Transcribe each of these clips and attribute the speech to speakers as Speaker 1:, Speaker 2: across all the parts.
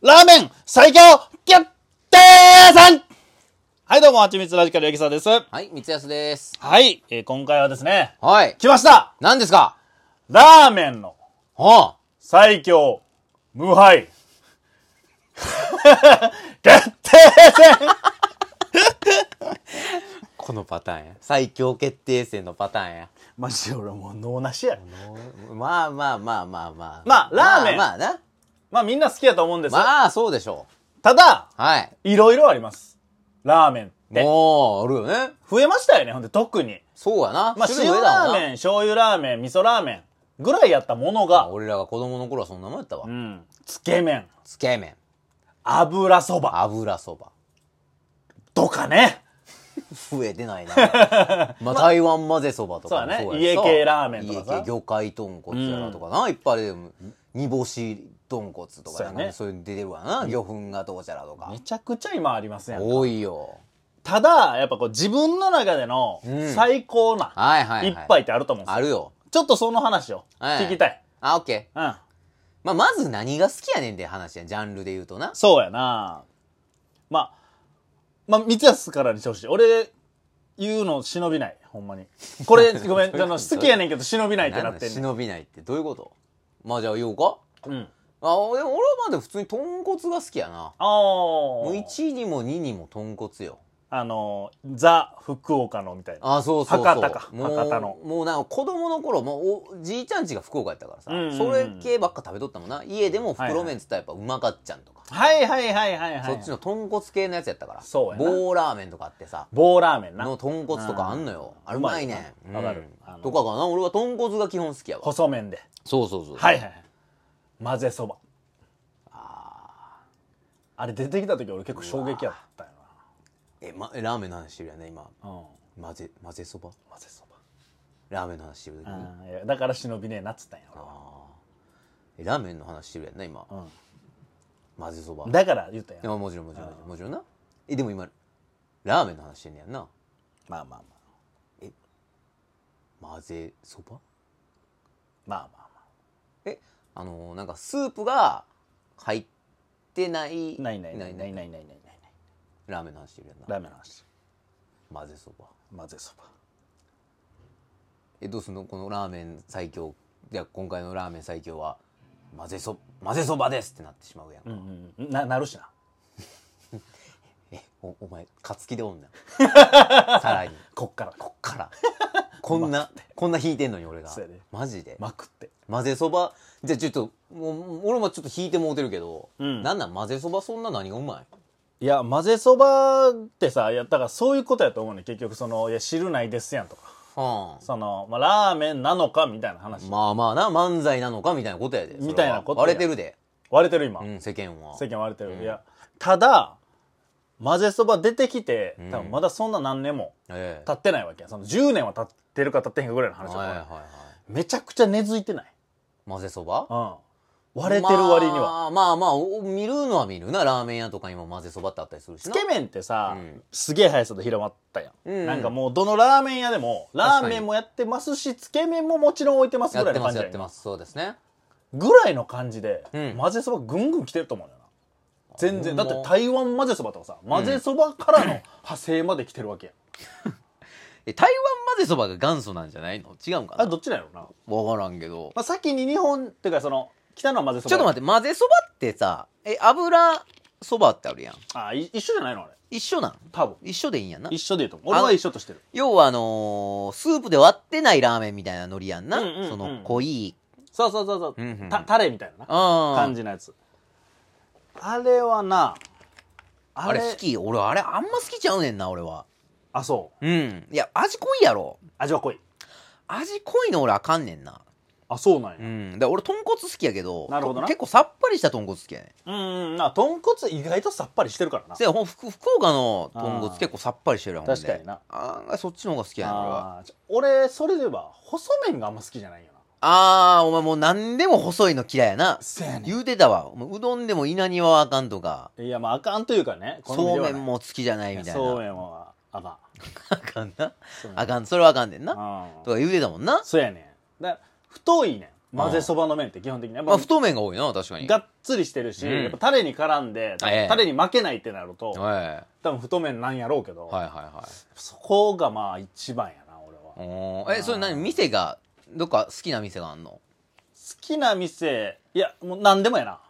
Speaker 1: ラーメン最強決定戦はい、どうも、はちみつラジカルヤギさんです。は
Speaker 2: はい、三安です。
Speaker 1: い、えー今回はですね、
Speaker 2: はい。
Speaker 1: 来ました
Speaker 2: 何ですか
Speaker 1: ラーメンの
Speaker 2: は
Speaker 1: 最強無敗 決定戦
Speaker 2: あ、このパターンや。最強決定戦のパターンや。
Speaker 1: マジで俺もう脳なしや。
Speaker 2: まあまあまあまあまあ。
Speaker 1: まあラーメン
Speaker 2: まあまあな。
Speaker 1: まあみんな好きやと思うんです。
Speaker 2: まあ、そうでしょ
Speaker 1: ただ、
Speaker 2: う。はい。
Speaker 1: いろいろあります。ラーメンって。
Speaker 2: もう、あるよね。
Speaker 1: 増えましたよね、ほんで特に。
Speaker 2: そうやな。
Speaker 1: まあ
Speaker 2: 種類
Speaker 1: 塩
Speaker 2: 増え
Speaker 1: ラ
Speaker 2: たも
Speaker 1: ー
Speaker 2: んな
Speaker 1: メン、醤油ラーメン、味噌ラーメンぐらいやったもの
Speaker 2: あ
Speaker 1: が、
Speaker 2: 俺らが子供の頃はそんなもんやったわ
Speaker 1: う。ん、つけ麺、
Speaker 2: つけ麺、
Speaker 1: 油そば
Speaker 2: 油そば。
Speaker 1: とかね。
Speaker 2: 増えてな いな。まあ、台湾混ぜそばとか
Speaker 1: そ
Speaker 2: も
Speaker 1: うやね
Speaker 2: やしさ
Speaker 1: 家系ラーメンとかさ
Speaker 2: 家系魚介豚骨やらとかな。いっぱいあるよ煮干し豚骨
Speaker 1: そ
Speaker 2: と
Speaker 1: う
Speaker 2: か
Speaker 1: や
Speaker 2: な
Speaker 1: ね
Speaker 2: んかそういうの出てるわな。魚粉がどうちゃらとか。
Speaker 1: めちゃくちゃ今ありますやんか
Speaker 2: 多いよ。
Speaker 1: ただやっぱこう自分の中での
Speaker 2: うん
Speaker 1: 最高な
Speaker 2: はいはい、はい。
Speaker 1: 一杯ってあると思うんです
Speaker 2: あ
Speaker 1: よ
Speaker 2: るよ。
Speaker 1: ちょっとその話を
Speaker 2: はい
Speaker 1: 聞きたい、
Speaker 2: あ、オッケー。
Speaker 1: うん
Speaker 2: まあ、まず何が好きやねんって話やん。ジャンルで言うとな。
Speaker 1: そうやなまあまあ三安からにしてほしい俺言うの忍びないほんまにこれごめん あの好きやねんけど忍びないってなってんねん
Speaker 2: 忍びないってどういうことまあ、じゃあ言おうか。
Speaker 1: うん
Speaker 2: あ、俺俺はまだ普通に豚骨が好きやな。
Speaker 1: あ
Speaker 2: もう
Speaker 1: ー
Speaker 2: 1にも2にも豚骨よ。
Speaker 1: あのザ・福岡のみたいな
Speaker 2: あ、そうそうそう。
Speaker 1: 博多か
Speaker 2: もう
Speaker 1: 博多の
Speaker 2: もうなんか子供の頃、もうおじいちゃん家が福岡やったからさ、
Speaker 1: うんうんうん
Speaker 2: それ系ばっか食べとったもんな。家でも袋麺っつったらやっぱうまかっちゃんとか。
Speaker 1: はいはいはいはいはい
Speaker 2: そっちの豚骨系のやつやったから。
Speaker 1: そうやな
Speaker 2: 棒ラーメンとかあってさ。
Speaker 1: 棒ラーメンな
Speaker 2: の豚骨とかあんのよ。あれうまいね
Speaker 1: うまいよ
Speaker 2: ん。
Speaker 1: なわかる
Speaker 2: うん
Speaker 1: あの
Speaker 2: とかかな。俺は豚骨が基本好きやわ。
Speaker 1: 細麺で
Speaker 2: そうそうそう。。
Speaker 1: はいいはいはい混ぜそばあれ出てきた時俺結構衝撃やったよ
Speaker 2: え、ま、えラーメンの話してるやんね、今。
Speaker 1: なうん
Speaker 2: 混ぜ、混ぜそば
Speaker 1: 混ぜそば
Speaker 2: ラーメンの話してる時に。
Speaker 1: うんいやだから忍びねえなっつったんや俺は
Speaker 2: え、ラーメンの話してるやんね、今。
Speaker 1: ん
Speaker 2: 混ぜそば。
Speaker 1: だから言ったんや
Speaker 2: あもちろんもちろんもちろんもちろんな。え、でも今、ラーメンの話してんねやんな。
Speaker 1: まあまあまあ
Speaker 2: 混ぜそば
Speaker 1: まあまあま
Speaker 2: え、あのー、なんかスープが入ってない。
Speaker 1: あないないないないないないないない
Speaker 2: ラーメンの話してるやんな。
Speaker 1: ラーメンの話
Speaker 2: 混ぜそば。
Speaker 1: 混ぜそば
Speaker 2: えどうすんのこのラーメン最強いや今回のラーメン最強は混ぜそ混ぜそばですってなってしまうやん、
Speaker 1: うんうんななるしな
Speaker 2: えおお前勝つ気でおんなさらに
Speaker 1: こっからこ
Speaker 2: からこんなこんな引いてんのに俺が
Speaker 1: そうやで
Speaker 2: マジで、
Speaker 1: まくって
Speaker 2: 混ぜそばじゃあちょっともう俺もちょっと引いてもうてるけど、
Speaker 1: うん
Speaker 2: なんなん混ぜそばそんな何がうまい
Speaker 1: いや混ぜそばってさいやだからそういうことやと思うね結局そのいや汁ないですやんとか
Speaker 2: はあ
Speaker 1: その、まあ、ラーメンなのかみたいな話
Speaker 2: まあまあな漫才なのかみたいなことやでそれは
Speaker 1: みたいなことや
Speaker 2: 割れてるで、
Speaker 1: 割れてる今
Speaker 2: うん、世間は
Speaker 1: 世間割れてる、いやただ混ぜそば出てきて
Speaker 2: ん
Speaker 1: 多分まだそんな何年も
Speaker 2: ええ
Speaker 1: 経ってないわけやその10年は経ってるか経ってへんかぐらいの話だか
Speaker 2: はい
Speaker 1: ら、
Speaker 2: はいはい
Speaker 1: めちゃくちゃ根付いてない、
Speaker 2: 混ぜそば
Speaker 1: うん、割れてる割には、
Speaker 2: まあまあまあお見るのは見るなラーメン屋とかにも混ぜそばってあったりするし
Speaker 1: つ
Speaker 2: な
Speaker 1: け麺ってさ、
Speaker 2: うん
Speaker 1: すげえ速さで広まったやん、
Speaker 2: うん
Speaker 1: なんかもうどのラーメン屋でもラーメンもやってますしつけ麺ももちろん置いてますぐ
Speaker 2: や
Speaker 1: ら
Speaker 2: っ
Speaker 1: い
Speaker 2: て
Speaker 1: の
Speaker 2: ま
Speaker 1: 感
Speaker 2: す
Speaker 1: じ
Speaker 2: や
Speaker 1: や
Speaker 2: って
Speaker 1: ん
Speaker 2: ますそうですね
Speaker 1: ぐらいの感じで、
Speaker 2: うん
Speaker 1: 混ぜそばぐんぐん来てると思うよな全然だ
Speaker 2: ほん
Speaker 1: っ
Speaker 2: ま
Speaker 1: て台湾混ぜそばとかさ混ぜそばからの派生まで来てるわけやん、
Speaker 2: え台湾混ぜそばが元祖なんじゃないの違うんか
Speaker 1: あれ
Speaker 2: な
Speaker 1: どっちなんやろうな
Speaker 2: 分からんけど
Speaker 1: まあ、先に日本っていうかその来たのは混ぜそば
Speaker 2: ちょっと待
Speaker 1: って
Speaker 2: って混ぜそばってさえ油そばってあるやん
Speaker 1: あい一緒じゃないのあれ
Speaker 2: 一緒なん
Speaker 1: 多分
Speaker 2: 一緒でいいんやな
Speaker 1: 一緒で言うと思う俺
Speaker 2: あ
Speaker 1: は
Speaker 2: の
Speaker 1: 一緒としてる
Speaker 2: 要はあのースープで割ってないラーメンみたいなのりやんな、
Speaker 1: うんうんうん
Speaker 2: その濃い
Speaker 1: そうそうそうそう、
Speaker 2: うんうんうん
Speaker 1: たタレみたいなな
Speaker 2: あ
Speaker 1: 感
Speaker 2: じ
Speaker 1: じのやつあれはな
Speaker 2: あ
Speaker 1: あれ
Speaker 2: れ好き俺あれあんま好きちゃうねんな俺は
Speaker 1: あそう
Speaker 2: うんいや味濃いやろ
Speaker 1: 味は濃い
Speaker 2: 味濃いの俺あかんねんな
Speaker 1: あそうなんや
Speaker 2: うん、だから俺豚骨好きやけど
Speaker 1: なるほどな
Speaker 2: 結構さっぱりした豚骨好きやね
Speaker 1: うんうんな豚骨意外とさっぱりしてるからな
Speaker 2: せやほん福福岡の豚骨
Speaker 1: あー
Speaker 2: 結構さっぱりしてるやんほんで
Speaker 1: 確かにな
Speaker 2: あーそっちの方が好きやねん俺は
Speaker 1: あー俺それで言えば細麺があんま好きじゃないよな
Speaker 2: あーお前もう何でも細いの嫌いやな
Speaker 1: せやねん
Speaker 2: 言うてたわお前うどんでも稲庭はあかんとか
Speaker 1: いやまああかんというかね好み
Speaker 2: そう
Speaker 1: ではな
Speaker 2: め
Speaker 1: い
Speaker 2: んも好きじゃないみたい
Speaker 1: そう
Speaker 2: な
Speaker 1: めんはあかん
Speaker 2: あかんな
Speaker 1: そうめん
Speaker 2: あかんそれはあかんねんな
Speaker 1: あ
Speaker 2: とか言うてたもんな
Speaker 1: そうやねんだから太いねん混ぜそばの麺って基本的にやっ
Speaker 2: ま
Speaker 1: ぱ
Speaker 2: あ、太麺が多いな、確かに。
Speaker 1: がっつりしてるし、
Speaker 2: うん
Speaker 1: やっぱタレに絡んで、
Speaker 2: ええ
Speaker 1: タレに負けないってなると、
Speaker 2: はい。
Speaker 1: 多分太麺なんやろうけど、
Speaker 2: はいは
Speaker 1: そこがまあ一番やな俺はい
Speaker 2: はい。おーえ、それ何店が、どっか好きな店があんの
Speaker 1: 好きな店いやもう何でもやな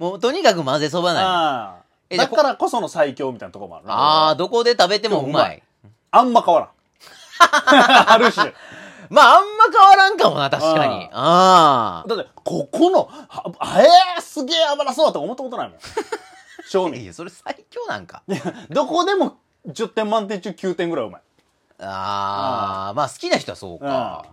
Speaker 2: もう、とにかく混ぜそばなんや
Speaker 1: あ
Speaker 2: え
Speaker 1: あ
Speaker 2: じゃあ
Speaker 1: だ
Speaker 2: こ
Speaker 1: からこその最強みたいなとこもあるな
Speaker 2: あー、どこで食べてもうまい。
Speaker 1: あんま変 わらんある種
Speaker 2: まあ、あんま変わらんかもな、確かに。あ
Speaker 1: だってここのはあえー、すげえ油そうだとか思ったことないもん正
Speaker 2: ー。い
Speaker 1: 味
Speaker 2: や、それ最強なんか。
Speaker 1: どこでも10点満点中9点ぐらいうまい
Speaker 2: あー、まあ、好きな人はそうか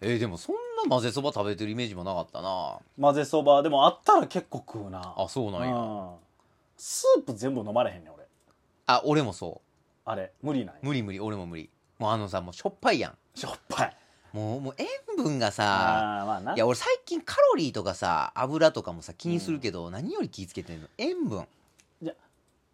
Speaker 1: うん。
Speaker 2: えー、でもそんな混ぜそば食べてるイメージもなかったな。
Speaker 1: 混ぜそばでもあったら結構食うな
Speaker 2: あ、そうなんや。
Speaker 1: うんスープ全部飲まれへんねん俺
Speaker 2: あ、俺もそ。
Speaker 1: あれ無理ないう
Speaker 2: 無理無理、俺も無理。もうあのさ、もうしょっぱいやん。
Speaker 1: しょっぱい
Speaker 2: もう、もう塩分がさ、
Speaker 1: ああーまあない
Speaker 2: や俺最近カロリーとかさ油とかもさ気にするけど、何より気ぃつけてんの塩分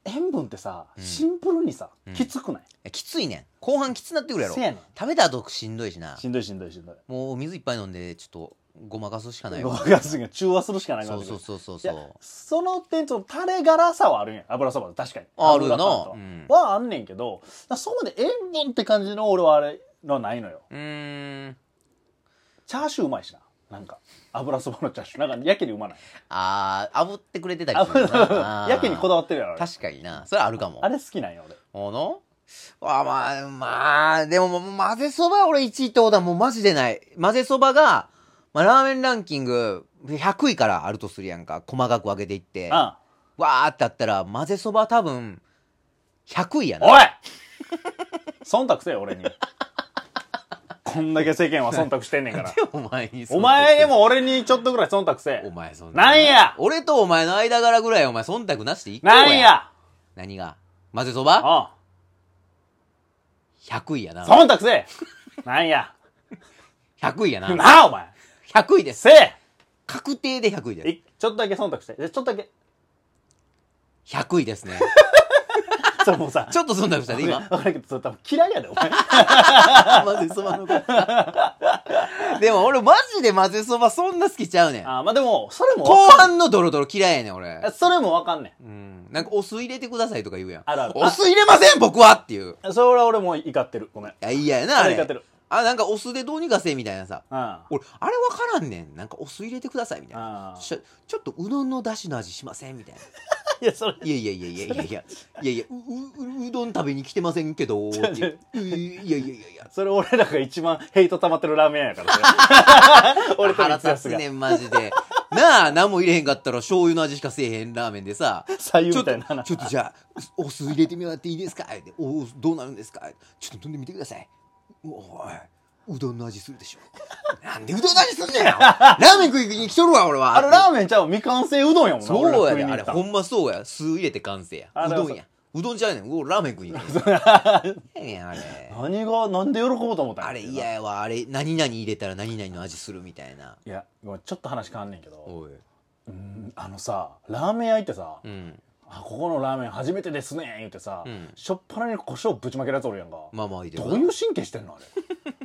Speaker 1: 塩分ってさ
Speaker 2: うん
Speaker 1: シンプルにさ、
Speaker 2: うん
Speaker 1: きつくない
Speaker 2: えきついねん後半きつなってくるやろ
Speaker 1: せやねん
Speaker 2: 食べた後しんどいしな
Speaker 1: しんどいしんどいしんどい
Speaker 2: もう水いっぱい飲んでちょっとごまかすしかない
Speaker 1: ごま
Speaker 2: わ
Speaker 1: かすが中和するしかないか
Speaker 2: そ
Speaker 1: ら
Speaker 2: うそうそうそう
Speaker 1: い
Speaker 2: そ
Speaker 1: や
Speaker 2: う
Speaker 1: その点そのタレ辛さはあるんや油そば確かに
Speaker 2: ああるよな
Speaker 1: 油感と
Speaker 2: うん
Speaker 1: はあんねんけどだそこで塩分って感じの俺はあれのはないのよ
Speaker 2: うーん
Speaker 1: チャーシューうまいしななんか油そばのチャーシューなんかやけにうまない
Speaker 2: あー炙ってくれてたりする
Speaker 1: 油
Speaker 2: なあ ー
Speaker 1: やけにこだわってるやろあれ
Speaker 2: 確かになそれあるかも
Speaker 1: あれ好きなんよ俺
Speaker 2: おのあまあまあでももう混ぜそば俺1位ってことはもうマジでない混ぜそばが、まあ、ラーメンランキング100位からあるとするやんか細かく分けていって
Speaker 1: あ
Speaker 2: わーってあったら混ぜそば多分100位や
Speaker 1: あお
Speaker 2: ない
Speaker 1: 忖度せよ俺にこんだけ世間は忖度してんねん から
Speaker 2: お前に
Speaker 1: お前で
Speaker 2: で
Speaker 1: も俺にちょっとぐらい忖度せ
Speaker 2: お
Speaker 1: え
Speaker 2: 前そん
Speaker 1: なんや
Speaker 2: 俺とお前の間柄ぐらいお前忖度なしでいい
Speaker 1: なんや
Speaker 2: 何が混ぜそば
Speaker 1: あ
Speaker 2: ?100 位や
Speaker 1: あ
Speaker 2: な
Speaker 1: 忖度せえなん や
Speaker 2: 100位やな
Speaker 1: なあお前
Speaker 2: 100位です
Speaker 1: せえ
Speaker 2: 確定で100位で
Speaker 1: いちょっとだけ忖度して。でちょっ とだけ。
Speaker 2: す100位で すね
Speaker 1: それもうさ、
Speaker 2: ちょっと忖度したで
Speaker 1: 今。
Speaker 2: 今
Speaker 1: わからんけど、それ多分嫌いやで、お 前。
Speaker 2: 混ぜそばの子 でも俺マジで混ぜそばそんな好きちゃうねん。
Speaker 1: あーまあでも、それも
Speaker 2: 後
Speaker 1: わかん
Speaker 2: 半のドロドロ嫌いやねん俺。
Speaker 1: それもわかんね
Speaker 2: うん。なんかお酢入れてくださいとか言うやん。
Speaker 1: あるある
Speaker 2: お酢入れません僕はっていう。
Speaker 1: ん。それは俺もう怒ってる。ごめん。
Speaker 2: いや、嫌やな、
Speaker 1: あ
Speaker 2: あ
Speaker 1: れ
Speaker 2: れ
Speaker 1: 怒って。る。
Speaker 2: あ、なんかお酢でどうにかせみたいなさ。
Speaker 1: うん。あ
Speaker 2: 俺、あれわからんねん。なんかお酢入れてくださいみたいな。
Speaker 1: あ。
Speaker 2: ちょ、ちょっとうどんの出汁の味しませんみたいな。
Speaker 1: いや、それ、
Speaker 2: いやいやいやいやいやいや、いやいや、う、う、ううどん食べに来てません けど、っていういやいやいやいや。
Speaker 1: それ俺らが一番ヘイト溜まってるラーメン屋やから、それ 俺と
Speaker 2: 腹
Speaker 1: 三ツ
Speaker 2: 立
Speaker 1: やが。
Speaker 2: つねん、マジで。なあ、何も入れへんかったら醤油の味しかせえへんラーメンでさ。
Speaker 1: 左右
Speaker 2: ち
Speaker 1: み
Speaker 2: ょったと
Speaker 1: いな話。
Speaker 2: ちょっとじゃあおお酢入れてみらっていいですかっておおどうなるんですかちょっと飲んでみてくださいおいうどんの味するでしょなんでうどんの味すんねんよラーメン食いに来とるわ俺は
Speaker 1: あれラーメンちゃう未完成うどんやもんな。俺ら
Speaker 2: そう
Speaker 1: 食
Speaker 2: や
Speaker 1: い
Speaker 2: で
Speaker 1: に行
Speaker 2: あ
Speaker 1: っ
Speaker 2: れ
Speaker 1: た
Speaker 2: ほんまそうや酢入れて完成や
Speaker 1: あ
Speaker 2: う
Speaker 1: れ
Speaker 2: どんやうどんちゃうねんうおラーメン食いに来てる何やねんあれ
Speaker 1: 何が、なんで喜ぼうと思ったんや
Speaker 2: あれ嫌。やわあれ何々入れたら何々の味するみたいない
Speaker 1: や、ごめん、ちょっと話変わんねんけど。
Speaker 2: おい
Speaker 1: うんあのさ、ラーメン屋行ってさ、
Speaker 2: うん
Speaker 1: あここのラーメン初めてですね言ってさ、
Speaker 2: うん
Speaker 1: しょっぱなに胡椒ぶちまけるやつおるやんか、
Speaker 2: まあまあいいで
Speaker 1: どういう神経してんのあれ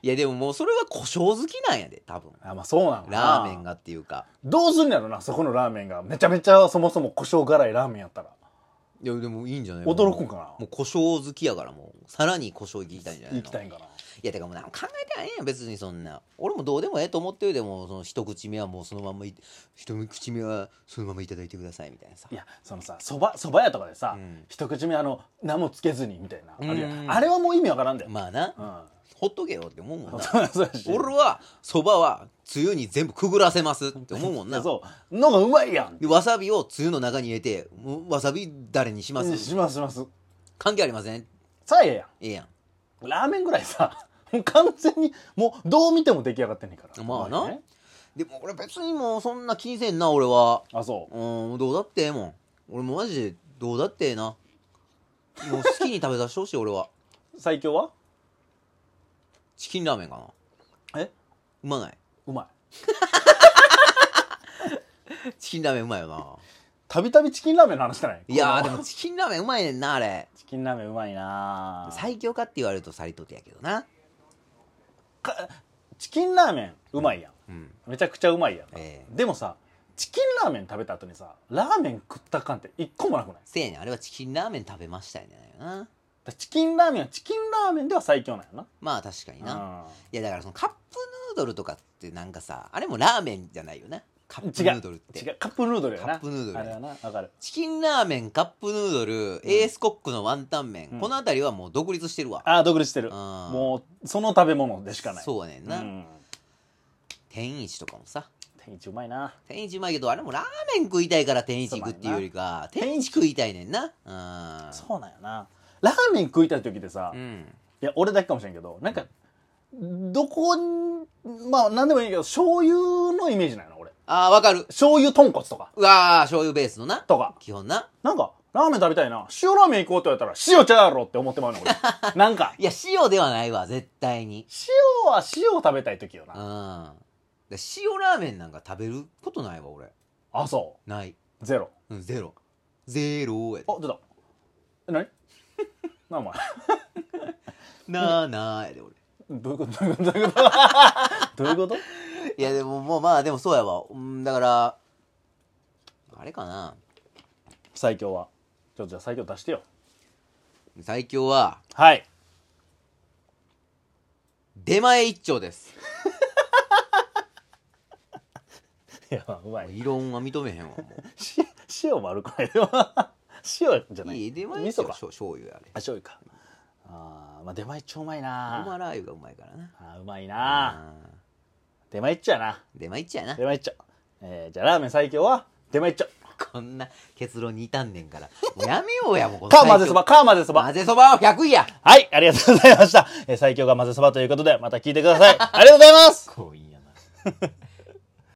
Speaker 2: いやでももうそれは胡椒好きなんやで多分
Speaker 1: あまあそうなの
Speaker 2: ラーメン
Speaker 1: が
Speaker 2: がっていうか
Speaker 1: どうすんのやろなそこのラーメンがめちゃめちゃそもそも胡椒辛いラーメンやったら
Speaker 2: いやでもいいんじゃない
Speaker 1: 驚くんかな
Speaker 2: もう胡椒好きやからもうさらに胡椒いきたいんじゃないの
Speaker 1: 行きたいんかない
Speaker 2: やてかもうなんか考えてないやん別にそんな俺もどうでもええと思ってるでもその一口目はもうそのまんまい一口目はそのままいただいてくださいみたいなさ
Speaker 1: いやそのさそばそば屋とかでさ、
Speaker 2: うん
Speaker 1: 一口目あの何もつけずにみたいな、あるやん
Speaker 2: うん
Speaker 1: あれはもう意味わからんだよ、
Speaker 2: まあな、
Speaker 1: う
Speaker 2: ほっとけよって思うも ん
Speaker 1: ん、
Speaker 2: な
Speaker 1: そうそうやし
Speaker 2: 俺はそばはつゆに全部くぐらせますって思うもんな
Speaker 1: そうのがうまいやん
Speaker 2: でわさびをつゆの中に入れてもうわさび誰にします、
Speaker 1: しますします
Speaker 2: 関係ありません
Speaker 1: さあええやん
Speaker 2: ええやん
Speaker 1: ラーメンぐらいさ もう完全にもうどう見ても出来上がってんねんから
Speaker 2: まあな
Speaker 1: お前ね
Speaker 2: でも俺別にもうそんな気にせんな俺は
Speaker 1: あそう
Speaker 2: うんどうだってええもん俺もマジでどうだってええなもう好きに食べさせてほしい 俺は
Speaker 1: 最強は
Speaker 2: チキンラーメンかな
Speaker 1: え
Speaker 2: うまないう
Speaker 1: まい
Speaker 2: チキンラーメンうまいよな
Speaker 1: たびたびチキンラーメンの話じゃない
Speaker 2: いやー
Speaker 1: こ
Speaker 2: で
Speaker 1: の
Speaker 2: もチキンラーメンうまいねんなあれ
Speaker 1: チキンラーメンうまいな
Speaker 2: 最強かって言われるとさりとてやけどな
Speaker 1: チキンラーメンうまいやん
Speaker 2: うん。
Speaker 1: めちゃくちゃうまいやん、
Speaker 2: ええ
Speaker 1: でもさチキンラーメン食べた後にさラーメン食った感って一個もなくないだか
Speaker 2: せやねんあれはチキンラーメン食べましたよねな。
Speaker 1: らチキンラーメンはチキンラーメンでは最強なんやな
Speaker 2: まあ確かにな。
Speaker 1: うん
Speaker 2: いやだからそのカップヌードルとかってなんかさ、あれもラーメンじゃないよな。カップヌードルって。
Speaker 1: 違うカップヌードルやな
Speaker 2: カップヌードルや
Speaker 1: あれはなわかる
Speaker 2: チキンラーメン、カップヌードル、エースコックのワンタン麺、
Speaker 1: うん
Speaker 2: この辺りはもう独立してるわ。
Speaker 1: ああ独立してる
Speaker 2: あー
Speaker 1: もうその食べ物でしかない
Speaker 2: そうやねん
Speaker 1: う
Speaker 2: な、
Speaker 1: ん
Speaker 2: 天一とかもさ
Speaker 1: 天一うまいな
Speaker 2: 天一うまいけどあれもラーメン食いたいから天一行くっていうよりか
Speaker 1: うやな
Speaker 2: 天一食いたいねんなう
Speaker 1: そうなんやなラーメン食いたい時でさ、
Speaker 2: ん、
Speaker 1: い
Speaker 2: うん、
Speaker 1: や俺だけかもしれんけどなんかどこにまあ何でもいいけど醤油のイメージなんやな俺
Speaker 2: あーわかる
Speaker 1: 醤油豚骨とか
Speaker 2: うわー醤油ベースのな
Speaker 1: とか
Speaker 2: 基本な
Speaker 1: なんかラーメン食べたいな塩ラーメン行こうと言われたら塩ちゃうやろって思ってまうの 俺なんか
Speaker 2: いや塩ではないわ絶対に
Speaker 1: 塩は塩を食べたい時よ
Speaker 2: うん
Speaker 1: な
Speaker 2: で塩ラーメンなんか食べることないわ俺
Speaker 1: あそ
Speaker 2: ない、
Speaker 1: うゼロ
Speaker 2: うん、ゼロゼロやで
Speaker 1: あ出たえ何 なお前
Speaker 2: なーなーやで俺
Speaker 1: どういうことどういうことどういうことどういうこと
Speaker 2: いやでももうまあでもそうやわうんだからあれかな
Speaker 1: 最強はちょっとじゃあ最強出してよ
Speaker 2: 最強は
Speaker 1: はい
Speaker 2: 出前一丁です
Speaker 1: いやまあうまい
Speaker 2: 異論は認めへんわもう
Speaker 1: し塩もあるくないよ塩じゃない
Speaker 2: い い出前
Speaker 1: 味
Speaker 2: 一丁
Speaker 1: 噌
Speaker 2: か
Speaker 1: か
Speaker 2: 醤醤油や
Speaker 1: あ醤油かあーまあ出前一丁うまい
Speaker 2: あれご
Speaker 1: な
Speaker 2: まラー油がうまいからな
Speaker 1: あーうまいな
Speaker 2: うん
Speaker 1: 出前一丁やな
Speaker 2: 出前一丁やな
Speaker 1: 出前一丁えー、じゃあラーメン最強は出前一丁
Speaker 2: こんな結論に至んねんからもうやめようやもうこの
Speaker 1: か
Speaker 2: 最強
Speaker 1: 混ぜそばか混ぜそば
Speaker 2: 混ぜそばは100位や
Speaker 1: はいありがとう ございました、えー最強が混ぜそばということでまた聞いてくださいありがとうございます
Speaker 2: こういいやな